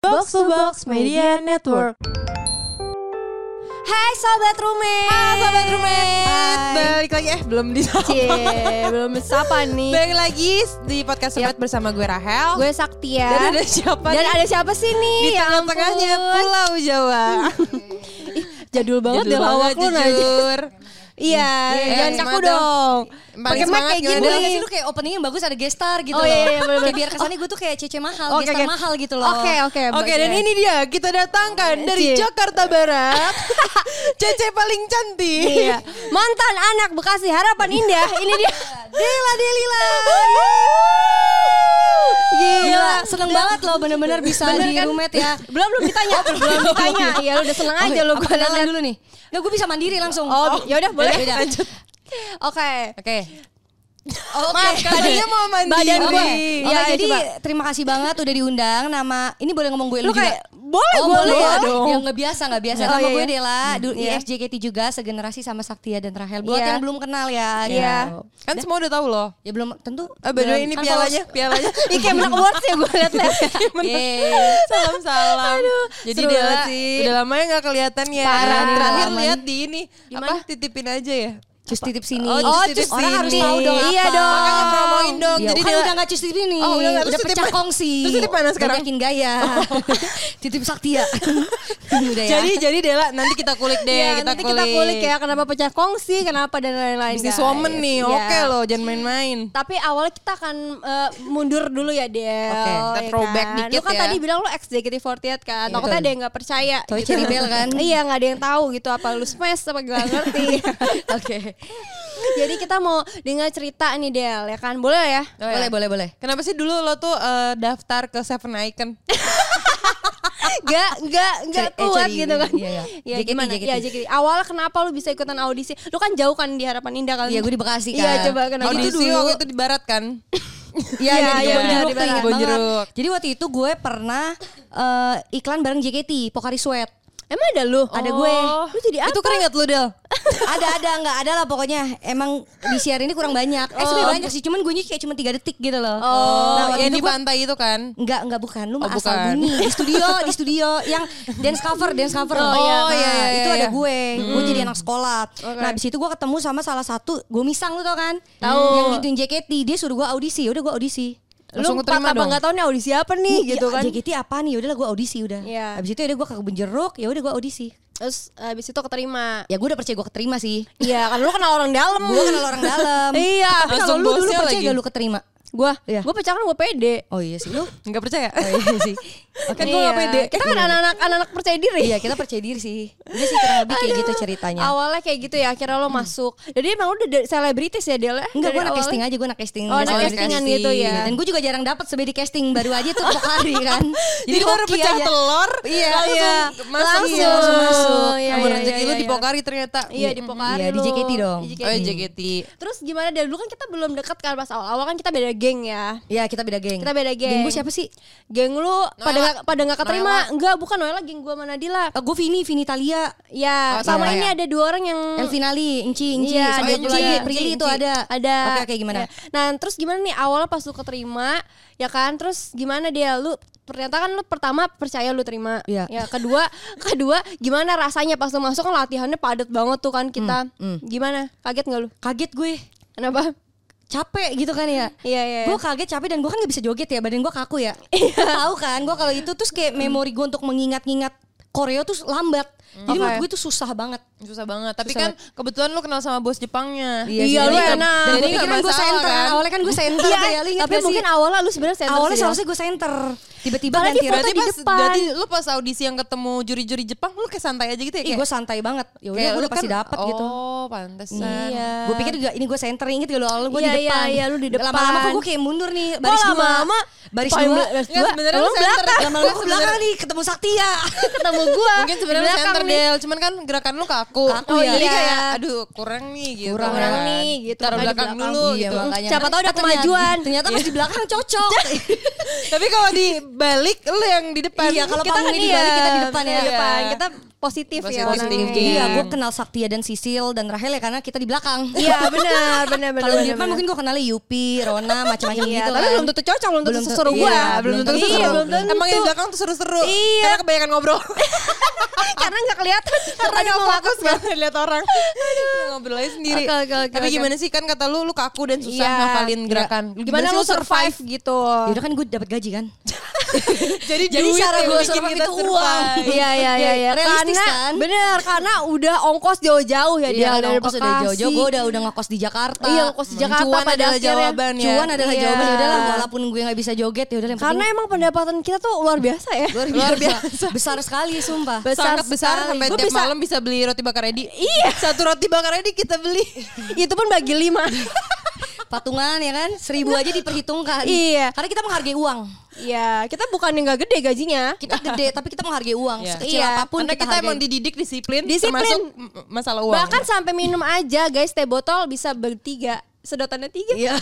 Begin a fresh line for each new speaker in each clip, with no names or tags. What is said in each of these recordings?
Box to Box Media Network.
Hai sahabat roommate. Hai sahabat roommate.
Balik lagi eh belum di
Cie, belum sapa nih.
Balik lagi di podcast
Yap.
Sobat bersama gue Rahel.
Gue Saktia.
Dan ada siapa
Dan
nih?
ada siapa sih nih?
di
Ya
tengah-tengahnya
ampun.
Pulau Jawa.
Jadul banget
Jadul
deh lawak
banget,
lu aja.
jujur.
Iya,
Iya,
jangan
semangat
kaku
dong.
dong.
Paling
Pakai mic
semangat
kayak
gimana?
gini.
Boleh gak sih lu kayak opening yang bagus ada gestar gitu
Oh,
loh.
iya, iya, bener-bener. Oh,
Kayak biar kesannya gue tuh kayak cece mahal,
Oke,
gestar
oke.
mahal gitu loh.
Oke, oke.
Oke,
bagus
dan
ya.
ini dia kita datangkan dari
Cie.
Jakarta Barat. Cece paling cantik.
Iya. Mantan anak Bekasi Harapan Indah. Ini dia.
Dela Delila.
Gila, seneng banget loh bener-bener bisa di roommate
kan?
ya.
Belum belum ditanya. belum ditanya. Iya, lu udah seneng aja lu
Apa
gua
kenalan
liat.
dulu nih. Enggak, gue bisa mandiri langsung.
Oh, ya udah boleh.
Yaudah.
Lanjut. Oke.
Oke.
Maaf,
Oke.
katanya mau mandiri.
Eh, Badan
Oke.
gue.
Oke,
Iya,
jadi
coba.
terima kasih banget udah diundang nama ini boleh ngomong gue
Lu
juga.
kayak boleh
oh,
gue
boleh
lu
ya?
dong.
Yang nggak biasa nggak biasa.
Oh,
Nama
iya,
gue
iya.
Dela,
Hmm,
dulu
Iya.
IFJKT juga segenerasi sama Saktia dan Rahel. Buat
Iya.
yang belum kenal ya.
Iya.
gitu.
Kan semua udah tahu loh.
Ya belum tentu.
Eh, by the way,
belum-
ini
kan
pialanya,
polos.
pialanya.
Ih kayak menang awards ya gue liat-liat
Iya. Yeay.
salam salam. Jadi
seru banget
Dela
sih.
udah lama ya nggak kelihatan ya.
Parah.
Terakhir
Lama.
lihat di ini
mana?
apa titipin aja ya.
Iya. Cus titip sini.
Oh,
Oh
Terus di
cus orang harus
sini.
tahu dong
Iya
apa.
dong. Makanya promoin dong.
Ya,
Jadi
kan
dia-
udah gak cus titip
Oh,
ini.
udah nggak.
udah
Terus
pecah
titip-
kongsi.
terus titip mana sekarang?
Banyakin gaya. titip Saktia. udah ya.
Jadi jadi Dela nanti kita kulik deh,
Iya,
kita,
nanti
kulik.
kita kulik ya kenapa pecah kongsi, kenapa dan lain-lain.
Bisnis
guys.
woman nih,
Iya.
oke loh, jangan main-main.
Tapi awalnya kita akan eh, mundur dulu ya Del.
Oke, kita throwback
kan?
dikit
Lu kan
ya. Iya.
tadi bilang lu ex JKT48 kan, takutnya ada yang gak percaya.
Tahu Cherry Bell kan?
iya gak ada yang tahu gitu apa lu smash apa gak ngerti.
Oke.
Jadi kita mau dengar cerita nih Del ya kan, boleh ya?
Oh,
Boleh, boleh, boleh.
Kenapa sih dulu lo tuh eh, daftar ke Seven Icon?
Gak, gak, gak
Cari- eh,
kuat
cari-
gitu kan.
iya, iya.
Ya,
JKT.
gimana? Ya, JKT. Awalnya kenapa lu bisa ikutan audisi? Lu kan jauh kan di Harapan Indah kali.
Iya, gue di Bekasi kan.
Iya, coba kenapa?
Audisi
dulu.
waktu itu di barat kan?
Iya,
Iya,
di
iya, di
Bonjeruk tuh ingat
Bonjeruk. Bonjeruk.
banget. Jadi waktu itu gue pernah eh, iklan bareng JKT, Pokari Sweat.
Emang ada lu?
Ada gue.
Lu jadi
Oh.
apa?
Itu kan keringat lu Del.
ada ada nggak ada lah pokoknya emang di siar ini kurang banyak eh sebenarnya banyak sih cuman gue kayak cuma tiga detik gitu loh
Oh,
nah, waktu
yang
itu
di
gua-
pantai itu kan?
Enggak, enggak bukan. Lu mah
Oh,
asal
bukan.
bunyi di studio, di studio yang dance cover, dance cover.
Oh, iya.
Nah,
Oh, iya, iya,
itu ada
iya. Oh, kan.
gue. Gue jadi anak sekolah. Nah, habis itu gue ketemu sama salah satu gue misang lu tau kan? Tahu. Yang gituin JKT, dia suruh gue audisi. Udah gue audisi.
Langsung
lu
keterima
empat apa
dong.
nggak tahu nih audisi apa nih
Ih,
gitu
ya,
kan
JKT apa nih? Udah lah gue audisi udah.
Iya.
Habis itu udah gue ke kebun jeruk, ya udah gue audisi.
terus habis itu keterima
Ya gue udah percaya gue keterima sih.
iya kan lu kenal orang dalam
Gue kenal orang dalam.
iya
Tapi
Langsung
kalau lu dulu
bosnya
percaya
lagi.
gak lu keterima?
gue
Iya.
gue pecah kan gue pede
Oh iya sih lu.
Enggak percaya?
Oh iya sih.
Kan gue gak
Iya.
pede.
kita kan anak-anak anak-anak percaya diri
Iya kita percaya diri sih. Udah sih kurang lebih kayak gitu ceritanya.
awalnya kayak gitu ya akhirnya lo masuk jadi emang udah de- selebritis ya Del
Enggak, gue anak casting aja, gue anak casting
Oh, anak
Selebriti
castingan
casting.
gitu ya.
Dan gue juga jarang dapat sebenarnya di casting Baru aja tuh tiap hari kan
Jadi baru
hoki
pecah
aja.
telur,
Iya.
langsung masuk,
Oh, Langsung.
iya, langsung masuk.
Iya,
Sama
iya,
rezeki
iya,
lu
iya.
di Pokari ternyata.
iya di Pokari
Iya, di
lu.
JKT dong. iya,
Di JKT.
Oh, JKT.
terus gimana Del dulu kan kita belum dekat kan pas awal-awal kan kita beda geng ya
Iya kita beda geng
Kita beda geng.
Geng gue siapa sih?
geng lu pada
Noella.
gak, pada gak keterima
Noella.
enggak bukan Noella geng gue sama Nadila
Eh, gue Vini, Vini Talia
Oh,
ya
sama
sama ini
ya.
ada dua orang yang
Elvinali, Inci, Inci
Iya,
Sama
ada
Inci,
juga.
Prilly
Inci,
itu
Inci.
ada
Ada.
Oke oke gimana?
Ya. Nah, terus gimana nih awalnya pas lu keterima, ya kan? Terus gimana dia lu ternyata kan lu pertama percaya lu terima.
Iya.
Ya, kedua, kedua gimana rasanya pas lu masuk kan latihannya padat banget tuh kan kita.
Hmm, hmm.
Gimana? Kaget nggak lu?
Kaget gue
Kenapa?
Capek gitu kan ya
Iya, iya.
Gue kaget capek dan gue kan gak bisa joget ya Badan gue kaku ya Lu tahu kan gue kalau itu Terus kayak memori gue untuk mengingat-ingat Koreo tuh lambat Jadi
Oke.
menurut gue itu susah banget
Susah banget. Tapi
Susah
kan kebetulan lu kenal sama bos Jepangnya.
Iya, Iya,
sih.
lu
Jadi
enak.
Jadi- Dan gue
nggak
pikir gue
masalah,
center
kan?
Awalnya kan gue center
Iya,
ya, lu inget
tapi
gak sih?
mungkin awalnya lu sebenarnya center sih,
Awalnya
ya. Kan
seharusnya gue center Tiba-tiba
Apalagi
ganti
foto
roti
Berarti
di
pas
depan.
berarti lu pas audisi yang ketemu juri-juri Jepang lu kayak santai aja gitu ya
Ih
iya.
kayak.
gue santai banget Ya udah
kayak
gue
lu
udah pasti
kan-
dapat gitu
Oh, pantesan.
Iya.
Gue pikir juga ini gue center Ingat gak lu awalnya gue
Iya,
di
iya,
depan
iya, lu di depan.
Lama-lama kok gue kayak mundur nih
Kok
Baris dua
lama-lama
Baris
paling
dua
bel- baris
Nggak,
dua.
sebenarnya
Lu
lu center.
belakang.
Lama-lama
Lama-lama ke belakang nih Ketemu ya. Saktia
Ketemu gua.
Mungkin sebenarnya
Di
lu
belakang
center
nih.
Del, cuman kan gerakan lu kaku kaku. Oh,
Kaku ya.
Jadi
iya.
kayak aduh kurang nih gitu.
Kurang
Orang
kan.
nih gitu.
Taruh
Makanya
belakang
di
dulu
Iya,
gitu.
makanya.
Siapa tahu ada
Eh, ternyata-
kemajuan.
Ternyata pas di belakang cocok.
Tapi kalau dibalik lu yang di depan.
Iya, kalau
kita
panggung
kan
di
iya,
balik, kita di depan ya.
iya.
Di depan. Kita positif, ya.
Positive
orangnya.
thinking.
Iya, gue kenal Saktia dan Sisil dan Rahel ya karena kita di belakang.
Iya benar benar benar.
Kalau di
benar,
depan
benar.
mungkin gue kenalnya Yupi, Rona, macam-macam
Iya,
gitu
tapi
kan.
belum tentu cocok, belum tentu
Belum tentu-
seseru gue.
iya,
belum tentu
Iya,
seru.
belum tentu.
Emang yang di belakang tuh seru-seru.
Iya.
Karena kebanyakan ngobrol.
karena nggak kelihatan.
Karena
Tadi
gak
mau
fokus banget lihat orang. Ngobrol aja sendiri.
Oke, oke, oke,
Tapi
oke.
gimana sih kan kata lu lu kaku dan susah
Iya,
ngafalin
iya.
gerakan.
Gimana lu survive gitu?
Yaudah kan gue dapat gaji kan.
Jadi,
Jadi
duit
cara
ya,
yang
gua
bikin
survive
kita
itu uang.
survive.
Iya iya iya iya.
Realistis,
Karena
kan?
bener karena udah ongkos jauh-jauh ya dia
Iya,
dari
ngokos udah
Bekasi.
jauh-jauh, gue udah udah ngekos di Jakarta.
Iya, ngekos di Jakarta
Cuan
pada
adalah
akhirnya.
jawaban ya.
Cuan adalah
Iya.
jawaban. Udah lah, walaupun gue nggak bisa joget, ya udah yang
Karena
penting
emang pendapatan kita tuh luar biasa ya.
luar biasa.
Luar
besar sekali sumpah.
Sangat besar
sekali.
sampai
Gua
tiap
bisa-
malam bisa beli roti bakar Edi. Iya. Satu roti bakar Edi kita beli.
Itu pun bagi lima.
Patungan ya kan, seribu aja diperhitungkan.
Iya.
Karena kita menghargai uang.
Iya, kita bukan yang gak gede gajinya.
Kita gede, tapi kita menghargai uang.
Iya.
Sekecil
Iya,
apapun
Karena
kita,
kita
hargai.
emang dididik disiplin,
Disiplin.
termasuk mm, masalah uang.
Bahkan sampai minum aja guys, teh botol bisa bertiga. Sedotannya tiga.
Iya.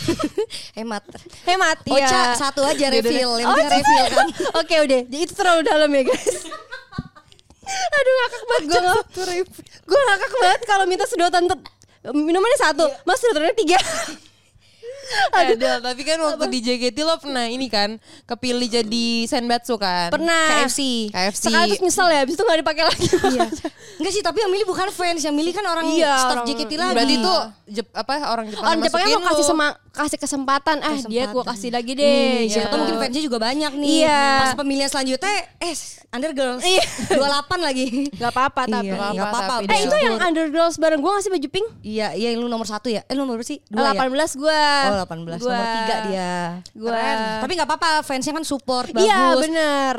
Hemat.
Hemat
Oca
ya.
satu aja refill, yang
Oh,
penting refill kan.
Oke udah, jadi itu terlalu dalam ya guys. Aduh ngakak banget gue ngakak. Gue ngakak banget kalau minta sedotan tet- minumannya satu, mas sedotannya tiga. Aduh.
Ada, tapi kan waktu di JKT lo pernah ini kan kepilih jadi senbatsu kan?
Pernah.
KFC.
KFC.
Sekali terus nyesel ya, abis itu gak dipakai lagi.
Iya. Enggak sih, tapi yang milih bukan fans, yang milih kan orang
Iya,
staff
orang-
JKT lagi.
Berarti itu Jep- apa orang Jepang
Oh,
yang
Jepangnya
masukin
mau kasih
lu.
sama kasih kesempatan. Ah, dia gua
Kesempatan.
kasih lagi deh.
Siapa
gitu.
tahu mungkin fansnya juga banyak nih.
Iya.
Pas pemilihan selanjutnya, eh undergirls.
Iya.
28 lagi.
Gak apa-apa tapi.
Iya,
apa-apa,
nggak apa-apa.
tapi
Eh
Iya.
itu yang undergirls bareng gue gak sih baju pink?
Iya, iya lu nomor satu ya? Eh lu nomor berapa sih? Dua ya?
18 gue
Oh 18, nomor tiga dia.
Gua.
Keren. Tapi nggak apa-apa, fansnya kan support, bagus. Hmm.
Iya bener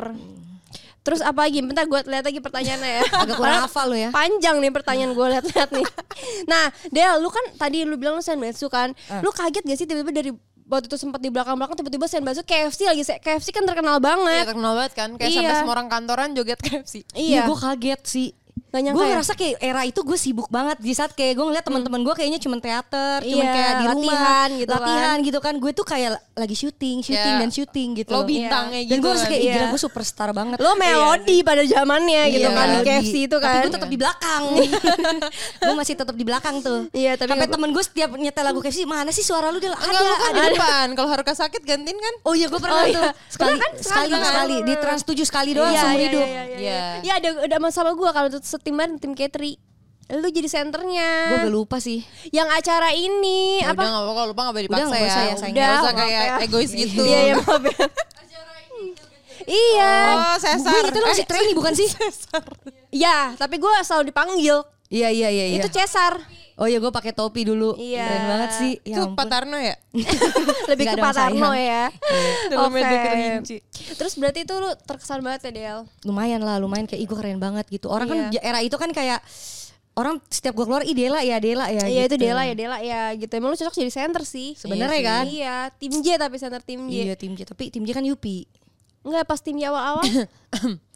Terus apa lagi? Bentar gue lihat lagi pertanyaannya ya
Agak kurang hafal lu ya.
Panjang nih pertanyaan gue lihat-lihat nih Nah Del lu kan tadi lu bilang lu senbatsu kan
Eh.
Lu kaget gak sih tiba-tiba dari waktu itu sempat di belakang-belakang tiba-tiba senbatsu KFC lagi se- KFC kan terkenal
Iya
banget
terkenal banget kan Kayak
Iya.
sampai semua orang kantoran joget KFC
Iya,
gue kaget sih.
Nggak nyangka
Gue
ya?
ngerasa kayak era itu gue sibuk banget di saat kayak gue ngeliat teman-teman gue kayaknya cuman teater,
Hmm.
cuman
Iya,
kayak di rumah,
latihan gitu kan.
latihan gitu kan. Gue tuh kayak lagi syuting, syuting
Iya.
dan syuting gitu.
Lo bintangnya
Dan
gitu
gue ngerasa
kan.
kayak "Ih,
Iya.
gila gue superstar banget.
Lo melodi pada zamannya gitu
Iya,
kan di
melodi.
KFC itu
Tapi
kan
gue tetap di belakang. gue masih tetap di belakang tuh.
Iya, tapi
Sampai
nggak-
temen gue setiap nyetel lagu KFC, mana sih suara lu? Del? Ada,
Enggak lu kan di
ada.
depan Kalau Haruka sakit gantiin kan
Oh iya gue pernah
Oh, iya.
tuh sekali
Pernah kan?
sekali
Sekali,
sekali
kan?
di trans tujuh sekali doang
Iya,
seumur
iya,
hidup.
Iya, iya,
Iya.
iya. Iya, ada ada sama gue kalau tuh setim bareng tim Katri. Lu jadi senternya.
Gue udah lupa sih.
Yang acara ini
Ya
Iya, apa?
Udah gak apa-apa lupa gak boleh
Udah,
dipaksa
nggak usah ya,
ya
sayang.
Nggak
Udah,
usah
maaf
kayak
ya.
egois gitu
Iya, iya, maaf ya. Iya.
Oh sesar
Gue itu lo gitu
Eh,
masih trainee bukan sih?
Ya, tapi gue selalu dipanggil.
Iya iya iya. iya.
Itu Cesar.
Oh iya gue pakai topi dulu.
Iya.
Keren banget sih.
Eh,
Ya
Itu
ampun.
Patarno ya
Lebih
Nggak
ke
dong,
Pak Tarno
sayang.
ya.
Dalam
Oke.
meja kerinci.
Terus berarti itu lu terkesan banget ya, Del?
Lumayan lah, lumayan kayak ih gue keren banget gitu. Orang
Iya.
kan era itu kan kayak orang setiap gue keluar ih Dela ya Dela ya.
Iya
gitu.
itu Dela ya, Dela ya gitu. Emang lu cocok jadi center sih.
Sebenarnya
Iya
kan?
sih. Iya, tim J tapi center tim J.
Iya tim J tapi tim J kan Yupi.
Enggak pas tim J awal-awal.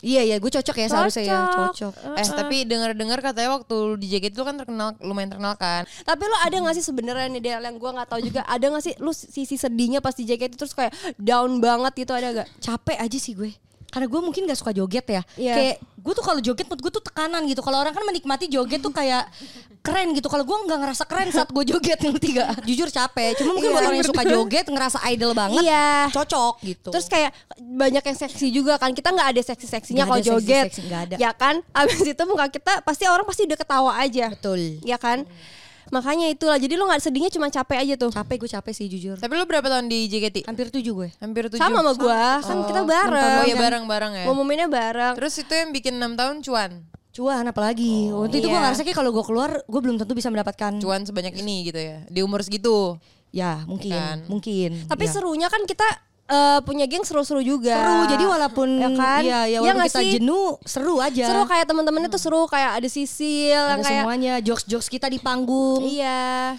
Iya iya gue cocok ya seharusnya ya
Cocok.
cocok.
Eh tapi denger-dengar katanya waktu lu di JKT itu kan terkenal lumayan terkenal kan
Tapi lo ada gak sih sebenarnya nih Del yang gue gak tahu juga Ada gak sih lu sisi sedihnya pas di JKT terus kayak down banget gitu ada gak?
Capek aja sih gue. Karena gue mungkin gak suka joget ya.
Iya.
Kayak gue tuh kalau joget menurut gue tuh tekanan gitu. Kalau orang kan menikmati joget tuh kayak keren gitu. Kalau gue nggak ngerasa keren saat gue joget ngerti gak? Jujur capek. Cuma mungkin
Iya,
buat orang yang suka joget ngerasa idol banget.
Iya.
Cocok gitu.
Terus kayak banyak yang seksi juga kan Kita gak ada seksi-seksinya
Nggak
kalau
ada seksi-seksi,
joget
nggak ada.
Ya kan? Abis itu muka kita pasti orang pasti udah ketawa aja
betul.
Ya kan? Makanya itulah Jadi lo gak sedihnya cuma capek aja tuh
Capek gue capek sih jujur.
Tapi lu berapa tahun di JKT?
Hampir tujuh gue.
Hampir tujuh
Sama sama gue Kan kita bareng
Oh iya bareng-bareng ya
Ngumuminnya bareng
Terus itu yang bikin 6 tahun cuan
Cuan apalagi. Waktu itu gue
Iya.
ngerasa kayak kalau gue keluar gue belum tentu bisa mendapatkan.
Cuan sebanyak ini gitu ya Di umur segitu
Ya mungkin,
Kan.
mungkin.
Tapi
Ya.
serunya kan kita eh, punya geng seru-seru juga
seru. Jadi walaupun
Ya kan?
ya,
Iya
ya walaupun
nggak
kita
sih?
jenuh seru kan? aja.
seru kayak temen-temennya tuh seru kayak ada sisil yang
ada
kayak
semuanya jokes jokes kita di panggung
iya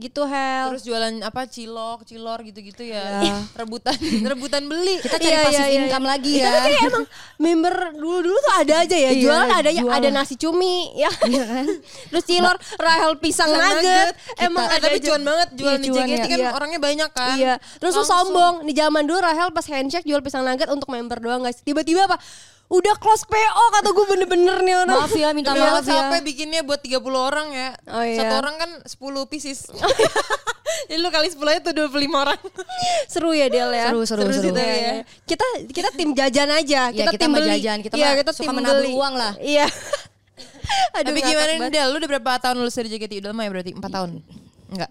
Gitu Hel.
Terus jualan apa cilok, cilor gitu-gitu ya. Rebutan, rebutan beli.
Kita cari
Iya,
pasif
iya, iya.
income lagi ya.
Kita tuh kayak emang member dulu-dulu tuh ada aja ya.
Iya,
jualan ada aja,
jualan.
ada nasi cumi ya. Terus cilor, rahel pisang
Pisang
nugget.
nugget.
Emang
Kita-
ada
tapi
aja.
cuan banget jualan
Iya,
di
cuan
JKT
ya.
kan
Iya.
orangnya banyak kan.
Iya, terus lu
Langsung.
sombong. Di zaman dulu Rahel pas handshake jual pisang nugget untuk member doang guys. Tiba-tiba apa? Udah close PO kata gue bener-bener nih orang.
Maaf ya, minta
Udah
maaf ya.
capek bikinnya buat 30 orang ya.
Oh, iya.
Satu orang kan 10 pieces. Jadi lu kali 10 aja tuh 25 orang. gitu
Seru ya Del ya.
Seru, seru,
sih,
seru.
Del, ya. Kita kita tim jajan aja.
Iya,
kita,
kita
tim
mah
beli.
jajan, kita
Iya,
mah suka menabung uang lah.
Iya. Aduh,
Tapi
ngakak
gimana nih
banget.
Del, lu udah berapa tahun lulus dari JKT? Udah lama ya berarti? 4 tahun? Enggak,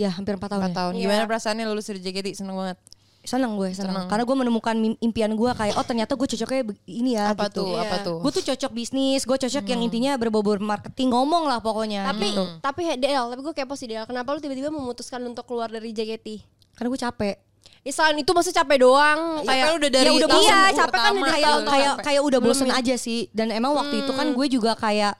Ya hampir 4 tahun.
4
ya.
tahun. Gimana perasaannya lulus dari JKT? Seneng banget.
Seneng gue, seneng. Karena gue menemukan mim- impian gue kayak oh ternyata gue cocoknya be- ini ya
Apa
gitu.
tuh? Apa tuh?
Gue tuh Hmm. cocok bisnis, gue cocok yang intinya berbobor marketing, ngomong lah pokoknya.
Tapi tapi Del, tapi gue kepo sih Del. Kenapa lu tiba-tiba memutuskan untuk keluar dari JKT?
karena gue capek.
Ya, selain itu maksud capek
Iya,
doang
Capek
kayak
udah dari
ya udah
tahun
iya,
pertama.
capek Hmm. kan udah
Kayak-
tahun
kayak kayak
capek.
kayak udah bosen aja sih dan emang waktu itu kan gue juga kayak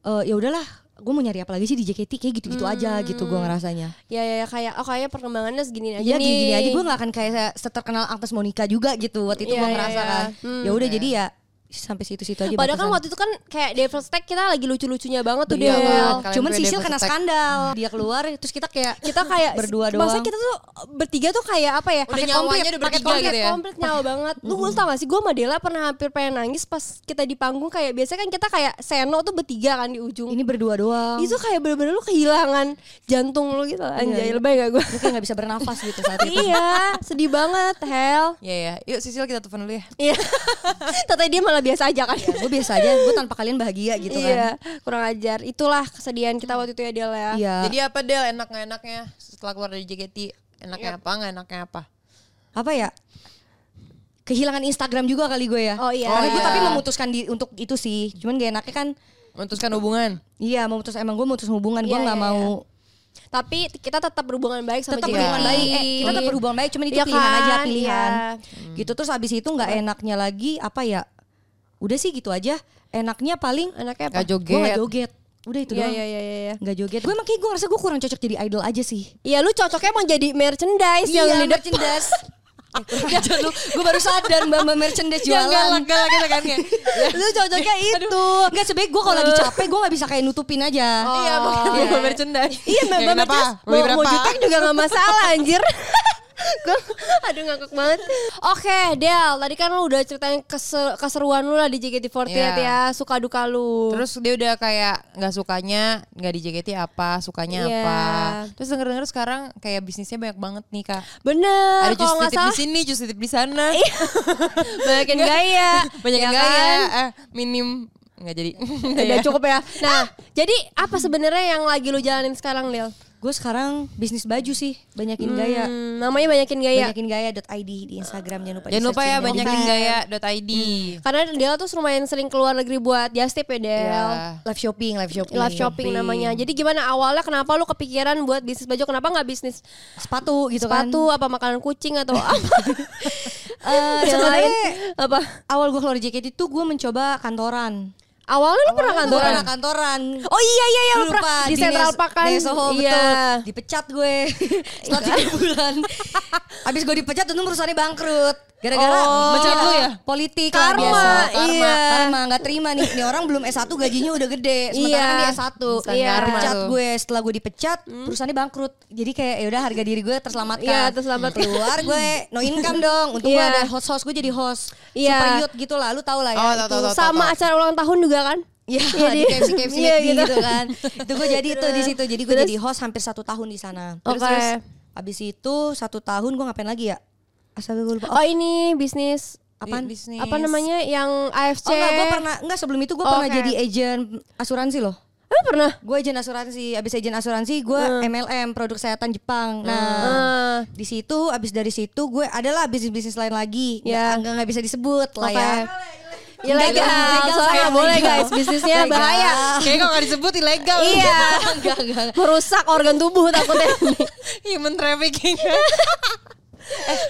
eh ya udahlah gue mau nyari apa lagi sih di JKT kayak gitu-gitu aja
Hmm.
gitu gue ngerasanya
Ya, ya, ya, kayak oh kayak perkembangannya segini aja
Iya
nih.
gini-gini aja gue gak akan kayak saya seterkenal Agnes Monica juga gitu waktu itu
Iya,
gue
iya,
ngerasa
iya.
kan ya udah jadi ya sampai situ-situ aja
Padahal kan
batasan.
waktu itu kan kayak Devil's Tech kita lagi lucu-lucunya banget tuh
Iya,
Bener
Del.
banget. Kalian
cuman
berdua
Sisil
dapat
kena
attack.
skandal dia keluar terus kita kayak
Hmm. Kita kayak
Berdua
Masa
doang.
kita tuh bertiga tuh kayak apa ya?
Udah
paket
nyawanya
komplit,
udah
paket
bertiga
komplit,
gitu ya.
komplit nyawa banget. Lu lu tau gak sih gue sama Dela pernah hampir pengen nangis pas kita di panggung kayak biasanya kan kita kayak seno tuh bertiga kan di ujung.
ini berdua doang
Itu kayak bener-bener lu kehilangan jantung lu gitu anjay lebay gak gue?
Lu kayak gak bisa bernafas gitu saat itu
iya, sedih banget, hell.
Iya ya. Yuk Sisil kita telepon dulu ya.
Iya. Tata dia malah biasa aja kan.
Ya, gue biasa aja gue tanpa kalian bahagia Iya, gitu kan
Iya, kurang ajar. Itulah kesedihan kita waktu itu ya Del ya.
iya
Jadi apa Del enak nggak enaknya setelah keluar dari JKT? Enaknya apa nggak enaknya apa?
apa ya kehilangan Instagram juga kali gue ya.
Oh, iya.
Karena
Oh,
gue
iya.
tapi memutuskan di untuk itu sih. Cuman gak enaknya kan
Memutuskan hubungan.
iya memutus emang gue memutus hubungan gue
Iya,
nggak
iya,
mau
Tapi kita tetap berhubungan baik sama JKT.
tetap berhubungan baik. Eh, kita tetap berhubungan baik cuman itu
Iya
pilihan aja
kan,
pilihan.
iya.
Gitu terus abis itu nggak enaknya lagi apa ya? Udah sih gitu aja. Enaknya paling
Anaknya apa?
Gak
gue nggak
joget.
joget. Udah itu
Iya
doang.
iya iya iya. iya.
Nggak joget. Gue makanya gue ngerasa gue kurang cocok jadi idol aja sih.
Iya lu cocoknya mau jadi Iya, merchandise yang Iya, di depan.
merchandise. gue baru sadar mbak mbak merchandise
Yang
jualan.
galak galak gitu kan ya.
lu cocoknya itu. Oh,
Enggak sebenernya gue kalau lagi capek gue gak bisa kayak nutupin aja
Iya, mau
Iya.
mau merchandise.
Iya mbak mbak
kenapa?
merchandise.
Beli
Mau, mau
berapa?
jutek juga gak masalah anjir. Gua- Aduh ngakak banget Oke Del Tadi kan lu udah ceritain kese- keseruan lu lah di JKT48
Iya.
ya Suka duka lu
Terus dia udah kayak nggak sukanya nggak di JKT apa, sukanya
Iya.
apa. Terus denger-denger sekarang kayak bisnisnya banyak banget nih kak.
Bener
Ada jus
Ah, Kalau gak
titip di
salah
sini, jus titip di sana.
Banyak yang gaya
Banyak yang
Ya
kaya,
kan?
eh, minim nggak jadi. Iya.
Udah cukup ya Nah jadi apa sebenarnya yang lagi lu jalanin sekarang Del?
Gue sekarang bisnis baju sih Banyakin gaya
Hmm, namanya banyakin gaya
Banyakin gaya.id di Instagram Jangan lupa
Jangan lupa ya
Iya.
banyakin gaya.id.
Karena Del tuh lumayan sering keluar negeri buat just tip ya Del.
Iya.
Live shopping Live shopping
Live shopping namanya. Jadi gimana awalnya kenapa lu kepikiran buat bisnis baju? Kenapa nggak bisnis
Sepatu gitu kan
sepatu apa makanan kucing atau apa?
Eh,
Yang
sebenarnya
lain apa?
Awal gue keluar dari JKT itu gue mencoba kantoran
Awalnya lu pernah
Gue
kantoran?
pernah kantoran
Oh iya iya iya lu
Lupa,
pernah di Central
Nes-
Park kan?
Nesoho,
iya.
betul. Dipecat gue setelah tiga bulan. Abis gue dipecat, tentu perusahaannya bangkrut. Gara-gara
Oh. Pecat lu ya?
Iya. Politik lah
Karma,
biasa.
iya.
Karma, gak terima nih. Ini orang belum S1 gajinya udah gede.
Iya.
Sementara kan dia S1.
Instan
Iya.
karma
Pecat
tuh.
gue, setelah gue dipecat, perusahaannya bangkrut. Jadi kayak ya udah harga diri gue terselamatkan.
Iya, terselamatkan.
Keluar gue no income dong. Untung
Iya.
gue ada host-host, gue jadi host.
Iya.
Super youth gitu lah, lu tau lah ya.
Oh,
itu.
tau, tau, tau.
Sama acara ulang tahun juga kan?
Iya
di-
di KFC KFC
Iya,
McD
gitu.
gitu kan. Itu gue jadi itu di situ. Jadi gue
Terus?
jadi host hampir satu tahun di sana.
Oke.
abis itu satu tahun gue ngapain lagi ya? Asal gue lupa.
Oh ini bisnis
Apaan?
Bisnis.
apa namanya yang AFC?
Oh enggak, gue pernah enggak sebelum itu gue
Oh,
pernah
oke.
jadi agent asuransi loh.
Emang pernah?
Gue agent asuransi, abis agent asuransi gue
Hmm.
MLM produk kesehatan Jepang. Nah,
Ah.
di situ abis dari situ gue adalah bisnis bisnis lain lagi.
Iya.
Ya, enggak nggak bisa disebut lah
Oke.
ya.
Ilegal,
Legal, legal,
soalnya nggak
sayang,
iya, boleh
legal.
guys, bisnisnya
Legal.
bahaya.
Kayaknya kalau nggak disebut ilegal.
Iya.
Enggak, enggak.
Merusak organ tubuh takutnya.
Human trafficking.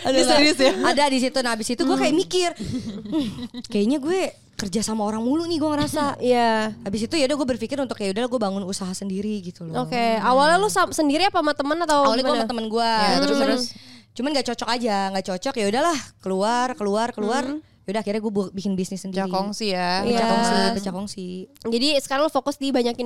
Aduh,
Ini serius
ya? enggak. Ada di situ. Nah, abis itu gue kayak mikir, "Hmm, kayaknya gue kerja sama orang mulu nih gue ngerasa.
Iya.
Habis itu ya udah gue berpikir untuk ya udah gue bangun usaha sendiri gitu loh.
Oke, awalnya lu sam- sendiri apa sama temen atau
Awalnya gue
Oh, gimana? Ya,
sama temen gue, terus terus. Cuman gak cocok aja, gak cocok ya udahlah keluar keluar keluar.
Hmm.
Yaudah akhirnya gue bu- bikin bisnis sendiri.
Pecah kongsi ya.
Pecah
Iya. Ya.
kongsi, pecah kongsi.
Jadi sekarang lu fokus di banyakin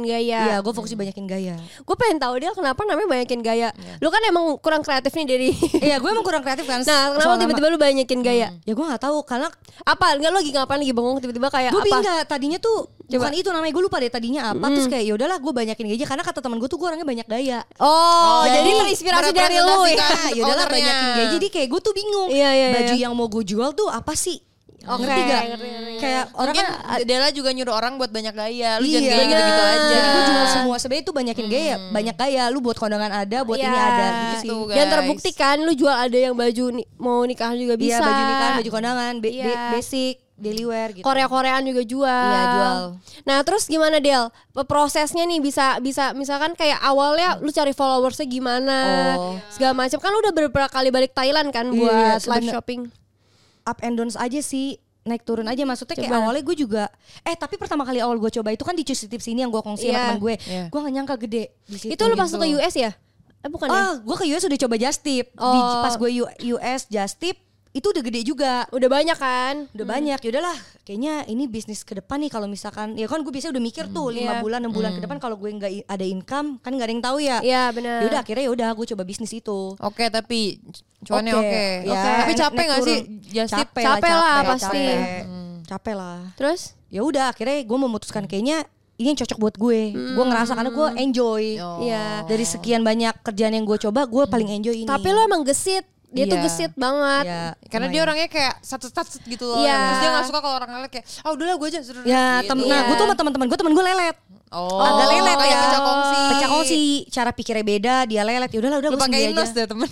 gaya.
Iya, gue fokus di banyakin gaya.
Gue pengen tahu dia kenapa namanya banyakin gaya. Lu kan emang kurang kreatif nih dari.
Iya, gue emang kurang kreatif kan.
nah,
soal
kenapa
nama.
tiba-tiba lu banyakin gaya?
Ya gue gak tahu karena
Apa? Enggak lu lagi ngapain lagi bengong tiba-tiba kayak Ya,
gue
apa? Hmm.
pindah tadinya tuh bukan itu namanya gue lupa deh tadinya apa terus kayak ya udahlah gue banyakin gaya karena kata teman gue tuh gue orangnya banyak gaya
Oh, jadi
jadi
terinspirasi dari lu ya.
merepresentasikan.
ya udahlah
ownernya.
banyakin gaya jadi kayak gue tuh bingung
Iya, iya,
baju
iya.
yang mau gue jual tuh apa sih
Oke,
ngerti gak
ngerti, ngerti.
kayak orang
Mungkin
kan
Dela ah, juga nyuruh orang buat banyak gaya. Lu jangan
Iya.
gaya gitu-gitu aja. Hmm.
jadi gue jual semua sebenarnya tuh banyakin gaya banyak gaya lu buat kondangan ada buat ini
Iya,
ada gitu sih
gitu, guys.
Dan terbukti kan lu jual ada yang baju ni- mau nikahan juga bisa.
iya baju nikahan baju kondangan be-
Iya.
be- basic daily wear gitu
Korea-koreaan juga jual.
Iya, jual.
Nah, terus gimana Del? Pe- Prosesnya nih bisa bisa misalkan kayak awalnya lu cari followersnya gimana,
Oh.
segala macam. Kan lu udah beberapa kali balik Thailand kan
Iya,
buat live
sebener-
shopping.
up and downs aja sih naik turun aja maksudnya kayak
Coba.
awalnya gue juga eh tapi pertama kali awal gue coba itu kan di Juicy Tips ini yang gue kongsi
Iya.
sama temen gue
Iya.
gue gak nyangka gede di situ
Itu lu pas
gitu.
ke US ya? Eh bukan ya?
ah gue ke US udah coba Just Tip di,
Oh.
pas gue U- US Just Tip itu udah gede juga
Udah banyak kan?
udah banyak yaudahlah kayaknya ini bisnis ke depan nih kalau misalkan ya kan gue biasanya udah mikir tuh lima
Iya.
bulan enam bulan ke depan kalau gue nggak i- ada income kan nggak ada yang tahu ya
Iya, benar.
yaudah akhirnya yaudah gue coba bisnis itu
Oke tapi cuannya oke.
Oke, ya,
Tapi
naik-
capek
naik
gak sih?
turun.
Just tip?
capek,
Capek lah, pasti.
capek. capek lah
Terus?
ya udah akhirnya gue memutuskan kayaknya ini yang cocok buat gue gue ngerasa karena gue enjoy
Oh.
Iya. dari sekian banyak kerjaan yang gue coba gue paling enjoy ini
Tapi lu emang gesit. Dia tuh
Iya.
gesit banget.
ya,
Karena dia orangnya kayak satu satu gitu loh.
Iya.
Terus dia gak suka kalau orang lain kayak, ah udahlah gue aja. zrrr,"
ya
gitu.
tem nah gue tuh sama teman-teman gue teman gue lelet
Oh,
agak lelet
kayak
ya
pecah kongsi.
pecah kongsi cara pikirnya beda dia lelet ya udahlah udah
Lu
gue
pakai
sendiri
inos
aja Iya.
deh temen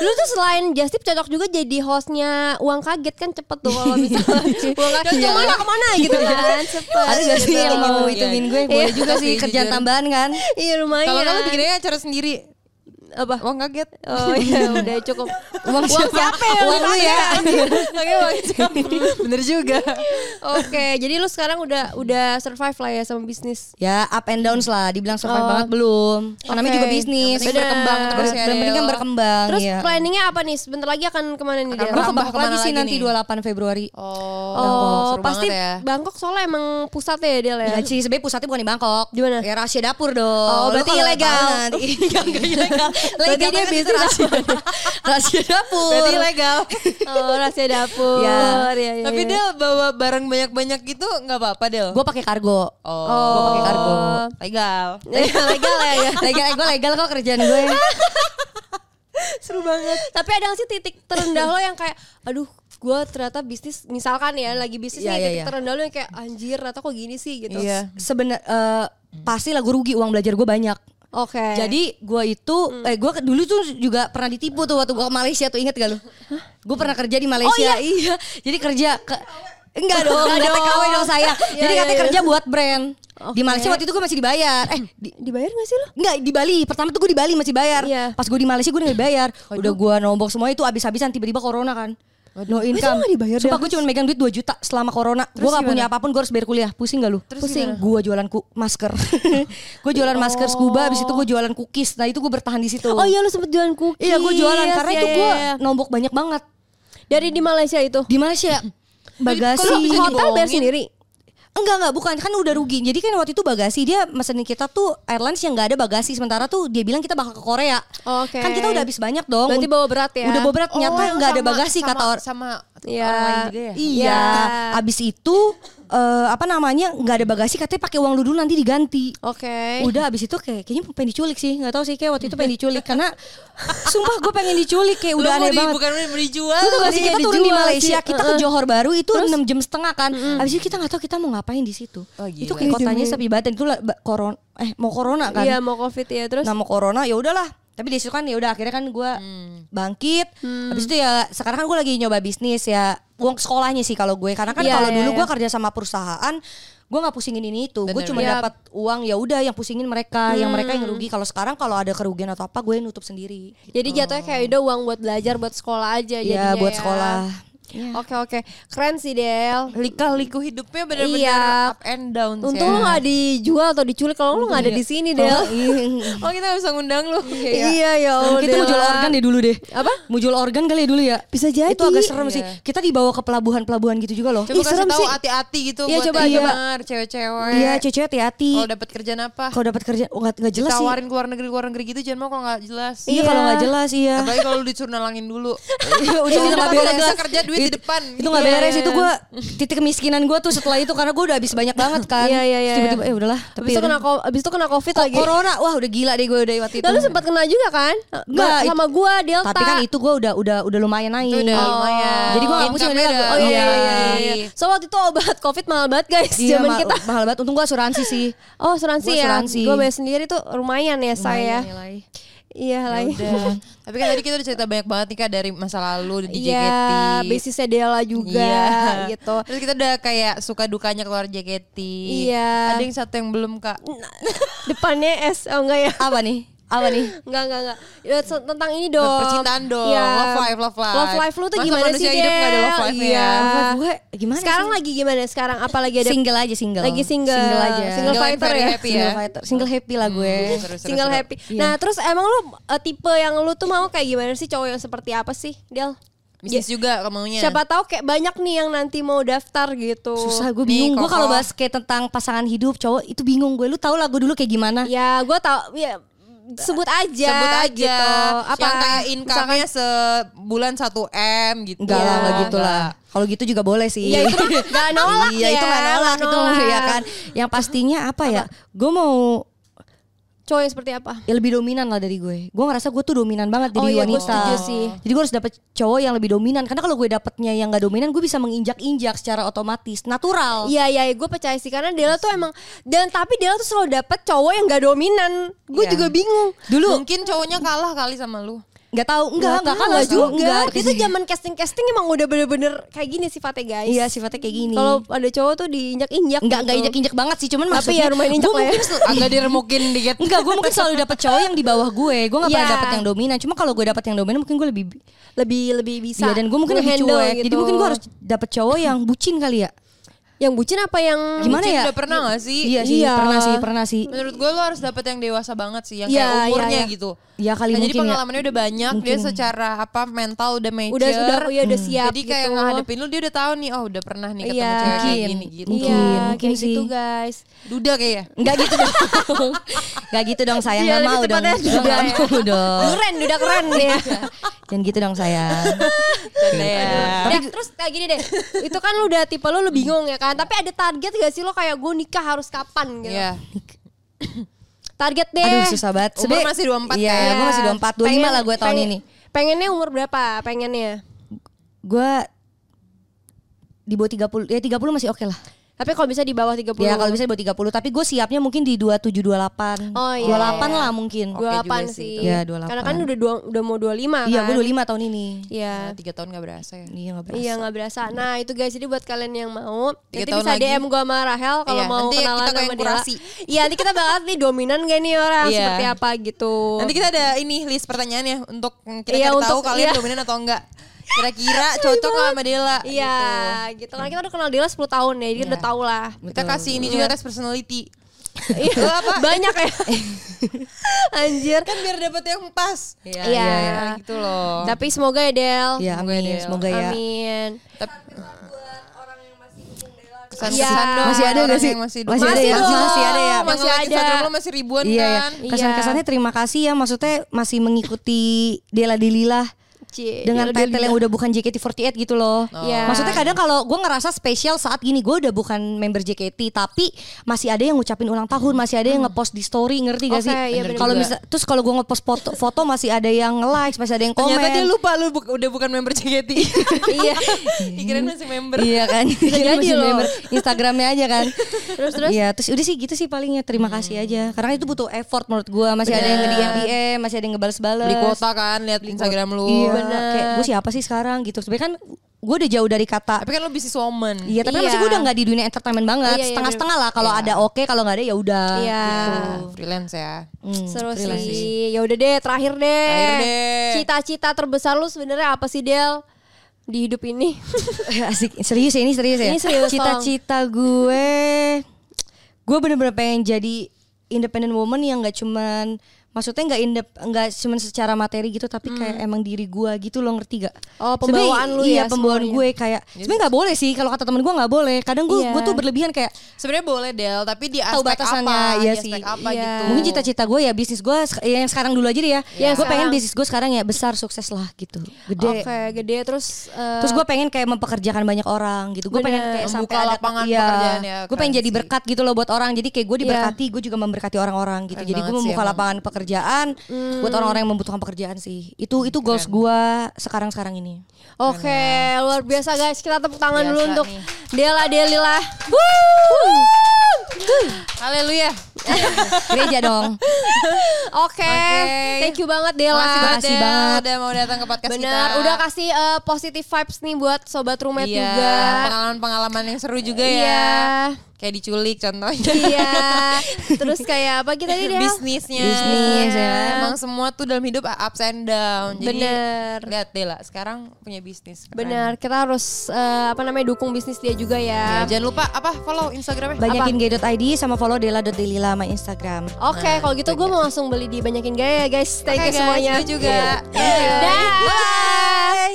Lu tuh selain Justip cocok juga jadi hostnya Uang Kaget kan cepet tuh kalau misalnya Uang Kaget
Iya.
kemana kemana gitu kan cepet.
ada gak sih
Gitu.
yang mau
Iya.
hitungin gue
Iya.
boleh juga
Tapi
sih kerjaan
jujur.
tambahan kan
Iya lumayan.
Kalau nggak lu bikin aja acara sendiri.
apa?
Wah kaget.
Oh iya udah cukup.
uang siapa uang lu ya
Oke, wah, siap. Bener juga.
Oke, jadi lu sekarang udah udah survive lah ya sama bisnis.
Ya up and downs lah, dibilang survive banget belum. Karena namanya
Oke.
juga bisnis.
Oh. Yang penting berkembang terus ya,
Yang penting kan
Del.
berkembang.
Terus
ya.
planningnya apa nih? Sebentar lagi akan kemana nih? Del?
Gue ke
Merambah
Bangkok
kemana
lagi sih
lagi
nanti
nih?
28 Februari.
Oh,
Oh,
seru
pasti
banget ya.
Bangkok soalnya emang pusatnya ya Del ya.
Ya sih, sebenarnya pusatnya bukan di Bangkok.
Di mana?
Ya rahasia dapur dong.
Oh,
Lu
berarti
kalau
ilegal.
tahu nanti. Enggak, enggak ilegal.
Berarti dia
Legal kan itu
bisnis
rahasia. rahasia dapur.
Berarti legal.
Oh, rahasia dapur.
Ya.
ya, ya,
Tapi
ya.
dia bawa barang banyak-banyak gitu nggak apa-apa Del.
Gue pakai kargo.
oh,
Gue pakai kargo.
legal.
Legal, legal ya. ya. Legal, gue legal kok kerjaan ya. gue.
seru banget. Tapi ada nggak sih titik terendah lo yang kayak aduh gue ternyata bisnis misalkan ya lagi bisnis
Iya,
nih
iya,
titik
iya.
terendah lo yang kayak anjir ternyata kok gini sih gitu.
Iya.
Sebenernya eh, pasti lah gue rugi uang belajar gue banyak.
Oke.
Jadi gue itu,
Hmm.
eh gue ke- dulu tuh juga pernah ditipu tuh waktu gue ke Malaysia tuh inget gak lu? Gue pernah kerja di Malaysia.
iya?
Jadi kerja ke Enggak dong, enggak
dong.
TKW dong saya.
Iya,
Jadi
iya,
katanya
iya.
kerja buat brand. Di
Oke.
Malaysia waktu itu gue masih dibayar. Eh, di-
dibayar gak sih lo?
enggak di Bali. Pertama tuh gue di Bali masih bayar.
Iya.
Pas gue di Malaysia gue udah dibayar. Udah gue nombok semua itu abis-abisan tiba-tiba corona kan. No income.
nggak Oh, dibayar ya?
Sumpah
dia?
gue cuma megang duit 2 juta selama corona. Gue gak punya apapun gue harus bayar kuliah. Pusing gak lu? Pusing. Gue jualan ku- masker. gue jualan masker scuba abis itu gue jualan cookies. Nah itu gue bertahan di situ.
Oh iya lo sempet jualan cookies.
Iya gue jualan karena
Iya,
itu
iya,
gue
iya.
nombok banyak banget.
dari di Malaysia itu.
Di Malaysia bagasi.
Kalau
bisa
hotel
dibohongin.
bayar sendiri.
Enggak enggak bukan kan udah rugi. Jadi kan waktu itu bagasi dia mesenin kita tuh airlines yang nggak ada bagasi sementara tuh dia bilang kita bakal ke Korea.
Oke.
Kan kita udah habis banyak dong.
Berarti bawa berat ya.
Udah bawa berat nyata
Oh,
nggak ada
sama-
bagasi
sama,
kata orang.
Sama
Iya.
orang lain juga ya.
Iya.
Iya.
Abis itu eh, apa namanya nggak ada bagasi katanya pakai uang lu dulu nanti diganti.
Oke.
Udah abis itu kayak kayaknya pengen diculik sih nggak tahu sih kayak waktu itu pengen diculik karena sumpah gue pengen diculik kayak udah
Lu mau
aneh
di-
banget.
Bukan mau dijual.
Lu tau gak sih
Iya,
kita turun di
dijual
Malaysia,
sih.
kita ke Johor Baru itu 6 jam setengah kan. Habis itu kita gak tahu kita mau ngapain di situ.
Oh, gila.
itu kayak kotanya sepi banget dan itu corona eh mau corona kan.
gitu. Iya mau covid ya terus.
Nah, mau corona ya udahlah. Tapi di situ kan ya udah akhirnya kan gue
Hmm.
bangkit. Habis itu ya sekarang kan gue lagi nyoba bisnis ya uang sekolahnya sih kalau gue karena kan
Iya,
kalau
iya,
dulu
iya.
gue kerja sama perusahaan gue nggak pusingin ini itu gue
Bener.
cuma
Iya. Hmm.
dapat uang ya udah yang pusingin mereka yang mereka yang rugi kalau sekarang kalau ada kerugian atau apa gue nutup sendiri
Jadi jatuhnya kayak udah uang buat belajar buat sekolah aja
Iya
jadinya
buat
ya.
sekolah
Oke oke, keren sih Del.
Lika liku hidupnya benar-benar
Iya.
up and down.
Untung lo gak dijual atau diculik kalau lo
Iya.
gak ada di sini Del.
Oh kita gak bisa ngundang lu.
Iya ya
Oh,
Allah.
Kan Kita mau jual organ deh dulu deh.
Apa?
Mau jual organ kali ya dulu ya.
Bisa jadi.
Itu agak serem
Iya.
sih. Kita dibawa ke pelabuhan-pelabuhan gitu juga loh.
Coba
Ih,
kasih
serem
tahu
sih.
hati-hati gitu
Iya,
buat
coba,
yang
coba.
dengar, cewek-cewek.
Iya, cewek hati-hati.
Kalau ah. dapat kerjaan apa?
Kalau dapat kerja oh, nggak nggak jelas sih.
Tawarin ke luar negeri luar negeri gitu jangan mau kalau nggak jelas.
Iya,
Iya.
kalau nggak jelas iya.
Apalagi kalau lu disuruh nalangin dulu.
udah
Iya,
itu nggak
kenapa
beres
nggak bisa kerja duit di
Itu-
depan?
itu nggak
Iya.
beres itu gue titik kemiskinan gue tuh setelah itu karena gue udah habis banyak banget kan
Iya, iya, iya,
tiba-tiba
iya.
eh udahlah
Abis itu kena ko- abis itu kena covid lagi.
corona wah udah gila deh gue udah waktu itu
Lalu sempat kena juga kan?
Enggak,
Ba- sama
itu-
gua Delta.
tapi kan itu gue udah udah udah lumayan naik
Itu udah
Oh.
lumayan.
jadi gue nggak pusing
Income-nya
udah-
udah-
Oh iya,
Oke.
iya, iya, iya. So waktu itu obat covid mahal banget guys
Iya,
zaman
ma-
kita.
mahal banget untung gue asuransi sih
Oh asuransi
Gua
ya.
asuransi.
Gue bayar sendiri tuh lumayan ya saya. Iya lah.
Ya Udah. Tapi kan tadi kita udah cerita banyak banget nih kak dari masa lalu di
Iya,
JKT.
basisnya Dela juga
Iya.
gitu.
Terus kita udah kayak suka dukanya keluar JKT.
Iya.
Ada yang satu yang belum kak.
Depannya S, oh enggak ya?
apa nih apa nih
Enggak, enggak, enggak. Ya, so- tentang ini dong.
Percintaan dong.
Iya.
Love life, love life.
Love life lu tuh
Masa
gimana sih,
manusia hidup nggak ada
Del?
love life-nya?
Iya.
Love life
gue gimana
Sekarang lagi gimana? Sekarang apa lagi ada
single aja single
Lagi single.
single aja
Single
Single and
fighter
very
ya.
happy
Single
ya.
fighter single happy lah gue
Seru, seru,
single
seru.
happy. Nah, terus emang lu eh, tipe yang lu tuh mau kayak gimana sih cowok yang seperti apa sih, Del?
Bisnis juga
Iya.
kamunya.
Siapa tahu kayak banyak nih yang nanti mau daftar gitu.
susah gue
Nih,
bingung gue
Koko.
kalau bahas kayak tentang pasangan hidup cowok itu bingung gue lu tau lah gue dulu kayak gimana
Ya, gua tahu ya sebut
Eh,
aja
Sebut aja.
gitu. Apa
Yang kayak income-nya sebulan 1 M gitu.
enggak lah enggak
Iya.
gitu lah kalau gitu juga boleh sih
Ya itu mah nggak nolak
iya
ya,
itu nggak nolak,
nggak
itu
nolak.
ya kan yang pastinya apa ya gue mau
cowok yang seperti apa?
ya lebih dominan lah dari gue gue ngerasa gue tuh dominan banget
Oh
jadi
iya, gue
wanita
setuju sih.
jadi gue harus dapet cowok yang lebih dominan karena kalau gue dapetnya yang nggak dominan gue bisa menginjak-injak secara otomatis natural
Iya iya gue percaya sih karena Dela tuh emang dan tapi Dela tuh selalu dapet cowok yang gak dominan. Gue
Iya.
juga bingung.
dulu
Mungkin cowoknya kalah kali sama lu.
nggak tahu enggak enggak
tahu,
kalah juga
juga. Dia tuh
Enggak.
zaman casting casting emang udah bener-bener kayak gini sifatnya guys.
iya sifatnya kayak gini
Kalau ada cowok tuh diinjak-injak.
Enggak,
gitu.
enggak injek-injek banget sih, cuman
Tapi
maksudnya
ya lumayan injek
gue
lah ya.
mungkin sel-
Agak diremukin dikit.
Enggak, gue mungkin selalu dapet cowok yang di bawah gue. Gue gak pernah
Iya.
dapet yang dominan. Cuma kalau gue dapet yang dominan mungkin gue lebih
lebih lebih bisa.
Iya, dan gue mungkin lebih
ngehandle
cuek. Jadi
gitu.
mungkin gue harus dapet cowok yang bucin kali ya.
yang bucin apa yang
Gimana
Cing,
ya?
Udah pernah gak sih?
Iya sih,
Iya.
pernah sih, pernah sih.
Menurut gue lo harus dapet yang dewasa banget sih, yang
Iya,
kayak umurnya
iya, iya.
gitu.
Iya
Nah,
kali
jadi
mungkin ya.
pengalamannya udah banyak, dia secara apa mental udah mature.
udah udah ya udah siap
Jadi kayak
gitu.
ngadepin lu dia udah tahu nih, oh udah pernah nih ketemu
Iya.
cewek kayak
Mungkin.
gini gitu.
Mungkin,
Iya,
mungkin
kayak gitu
sih.
guys.
Duda kayaknya.
Enggak gitu dong. Enggak gitu dong sayang,
Iya,
enggak
lebih
mau dong.
tepatnya ya.
Gua nggak mau dong.
Keren, udah keren ya.
Jangan gitu dong sayang.
Canda ya.
Ya, terus kayak gini deh, itu kan lu udah tipe lu, lu bingung ya kan, tapi ada target gak sih lo kayak gue nikah harus kapan gitu?
Iya.
Target deh.
Aduh susah banget.
Umur
Sebe-
masih 24
Iya,
kan?
gue masih 24, 25 lah gue tahun
pengen-
ini.
Pengennya umur berapa? Pengennya.
Gue di bawah 30, ya 30 masih oke lah.
Tapi kalau bisa di bawah 30.
Ya kalau bisa di bawah 30, tapi gue siapnya mungkin di 27 28.
Oh, iya,
28
iya.
lah mungkin.
28
juga sih
sih.
itu. Iya, 28.
Karena kan udah dua, udah mau 25
Iya,
kan.
gue 25 tahun ini.
Iya.
Nah, Tiga tahun gak berasa ya.
Iya, enggak berasa.
Iya nggak berasa. Nah itu guys jadi buat kalian yang mau
Tiga
nanti
tahun
bisa
lagi.
DM gue sama Rahel kalau
Iya,
mau
nanti
kenalan
kita kayak
sama dia.
kurasi.
Iya nanti kita bakal nih dominan gak nih orang
Iya.
seperti apa gitu.
Nanti kita ada ini list pertanyaannya untuk kita
Iya,
cari tahu
untuk-
kalian
iya.
dominan atau enggak. Kira-kira cocok gak sama Dela?
Iya gitu. Karena kita udah kenal Dila 10 tahun ya, jadi
Iya.
udah tau lah.
Gitu. Kita kasih ini juga tes personality.
Iya,
Lo apa?
Banyak ya. Anjir.
Kan biar dapet yang pas.
Iya,
Iya.
Nah, gitu loh.
Tapi semoga ya Del.
Iya, amin.
Del.
Semoga ya.
Amin.
Tapi
Iya.
kesan-kesan dong
Masih ada
orang
nggak sih?
yang Masih,
Masih
dukung.
ada ya? Masih- masih ada ya?
Yang
Masih
ngeliat
ada.
Instagram lo masih ribuan
Iya, iya.
kan.
Kesan-kesannya terima kasih ya. Maksudnya masih mengikuti Dela Delila
Cie.
dengan
Del-
title yang udah bukan JKT48 gitu loh.
Iya.
Maksudnya kadang kalau gue ngerasa spesial saat gini gue udah bukan member JKT tapi masih ada yang ngucapin ulang tahun, masih ada yang ngepost di story, ngerti gak
Hmm. Oke,
sih?
iya, bener
kalau
juga.
misal terus kalau gue ngepost foto, foto masih ada yang nge-like, masih ada yang komen.
Ternyata dia lupa lu bu- udah bukan member JKT.
Iya.
Dikirain masih member.
Iya kan,
jadi
Masih
loh.
member Instagramnya aja kan.
Terus, terus?
Iya, terus udah sih gitu sih palingnya. Terima kasih aja. Karena itu butuh effort menurut gua. Masih ada yang nge DM, DM, masih ada yang ngebales-bales.
Beli kuota kan lihat Instagram lu.
Iya, kayak gue siapa sih sekarang gitu. Sebenarnya kan gue udah jauh dari kata
Tapi kan lu bisnis woman.
Iya, tapi kan
Iya.
masih gue udah nggak di dunia entertainment banget.
Iya, iya,
Setengah-setengah lah. Kalau ada oke, kalau nggak ada ya udah.
Iya.
Freelance ya.
Hmm,
Seru
freelance.
sih. Ya udah deh, terakhir deh.
Terakhir deh.
Cita-cita terbesar lu sebenarnya apa sih Del? di hidup ini.
Asik, serius ya ini serius ya.
Ini serius,
Cita-cita gue, gue bener-bener pengen jadi independent woman yang nggak cuman maksudnya nggak indep nggak cuman secara materi gitu tapi kayak emang diri gue gitu loh ngerti gak?
Hmm. Oh, pembawaan
Sebenernya
lu
iya,
ya
pembawaan
semuanya.
gue kayak sebenarnya nggak boleh sih kalau kata temen gue nggak boleh. Kadang gue
Iya.
gue tuh berlebihan kayak
Sebenarnya boleh Del, tapi di
Tahu
aspek
batasannya,
apa,
iya
di aspek
sih.
apa
Iya.
gitu.
mungkin cita-cita gue ya bisnis gue sek- ya yang sekarang dulu aja deh ya.
Yang
gue pengen
sekarang.
bisnis gue sekarang ya besar sukses lah gitu,
Oke,
gede.
gede terus eh,
Terus gue pengen kayak mempekerjakan banyak orang gitu. Gue pengen
Bener.
kayak sampai
Membuka
ada
lapangan pekerjaan ya,
Gue
keren
pengen jadi
sih. Iya.
berkat gitu loh buat orang. Jadi kayak gue diberkati, gue juga memberkati orang-orang gitu.
Keren
jadi gue
banget sih
membuka
emang. Hmm.
lapangan pekerjaan buat orang-orang yang membutuhkan pekerjaan sih. Itu itu goals gue sekarang-sekarang ini.
Oke, luar biasa guys. Kita tepuk tangan dulu
Biasa
untuk
nih.
Dela Delila.
Haleluya.
Gereja dong.
Oke,
Oke.
thank you banget Dela.
Makasih banget
Makasih
Del,
banget.
udah mau datang ke podcast kita.
Benar, udah kasih eh, positive vibes nih buat sobat rumet
Iya,
juga.
pengalaman-pengalaman yang seru juga
Iya.
ya. Kayak diculik contohnya.
Iya. Terus kayak apa
Iya
kita tadi Del?
Bisnisnya.
Bisnis, ya.
kan? Emang semua tuh dalam hidup ups and down. Jadi
Bener.
lihat deh lah sekarang punya bisnis. Keren.
Benar, kita harus eh, apa namanya dukung bisnis dia juga
Ya,
ya.
jangan lupa apa follow Instagramnya.
Banyakin gay.id sama follow dela.delila sama Instagram.
Oke, kalau gitu gue mau langsung beli dibanyakin gaya guys. ya, Thank
Oke,
you
guys,
semuanya.
gue juga.
Dah.
Bye.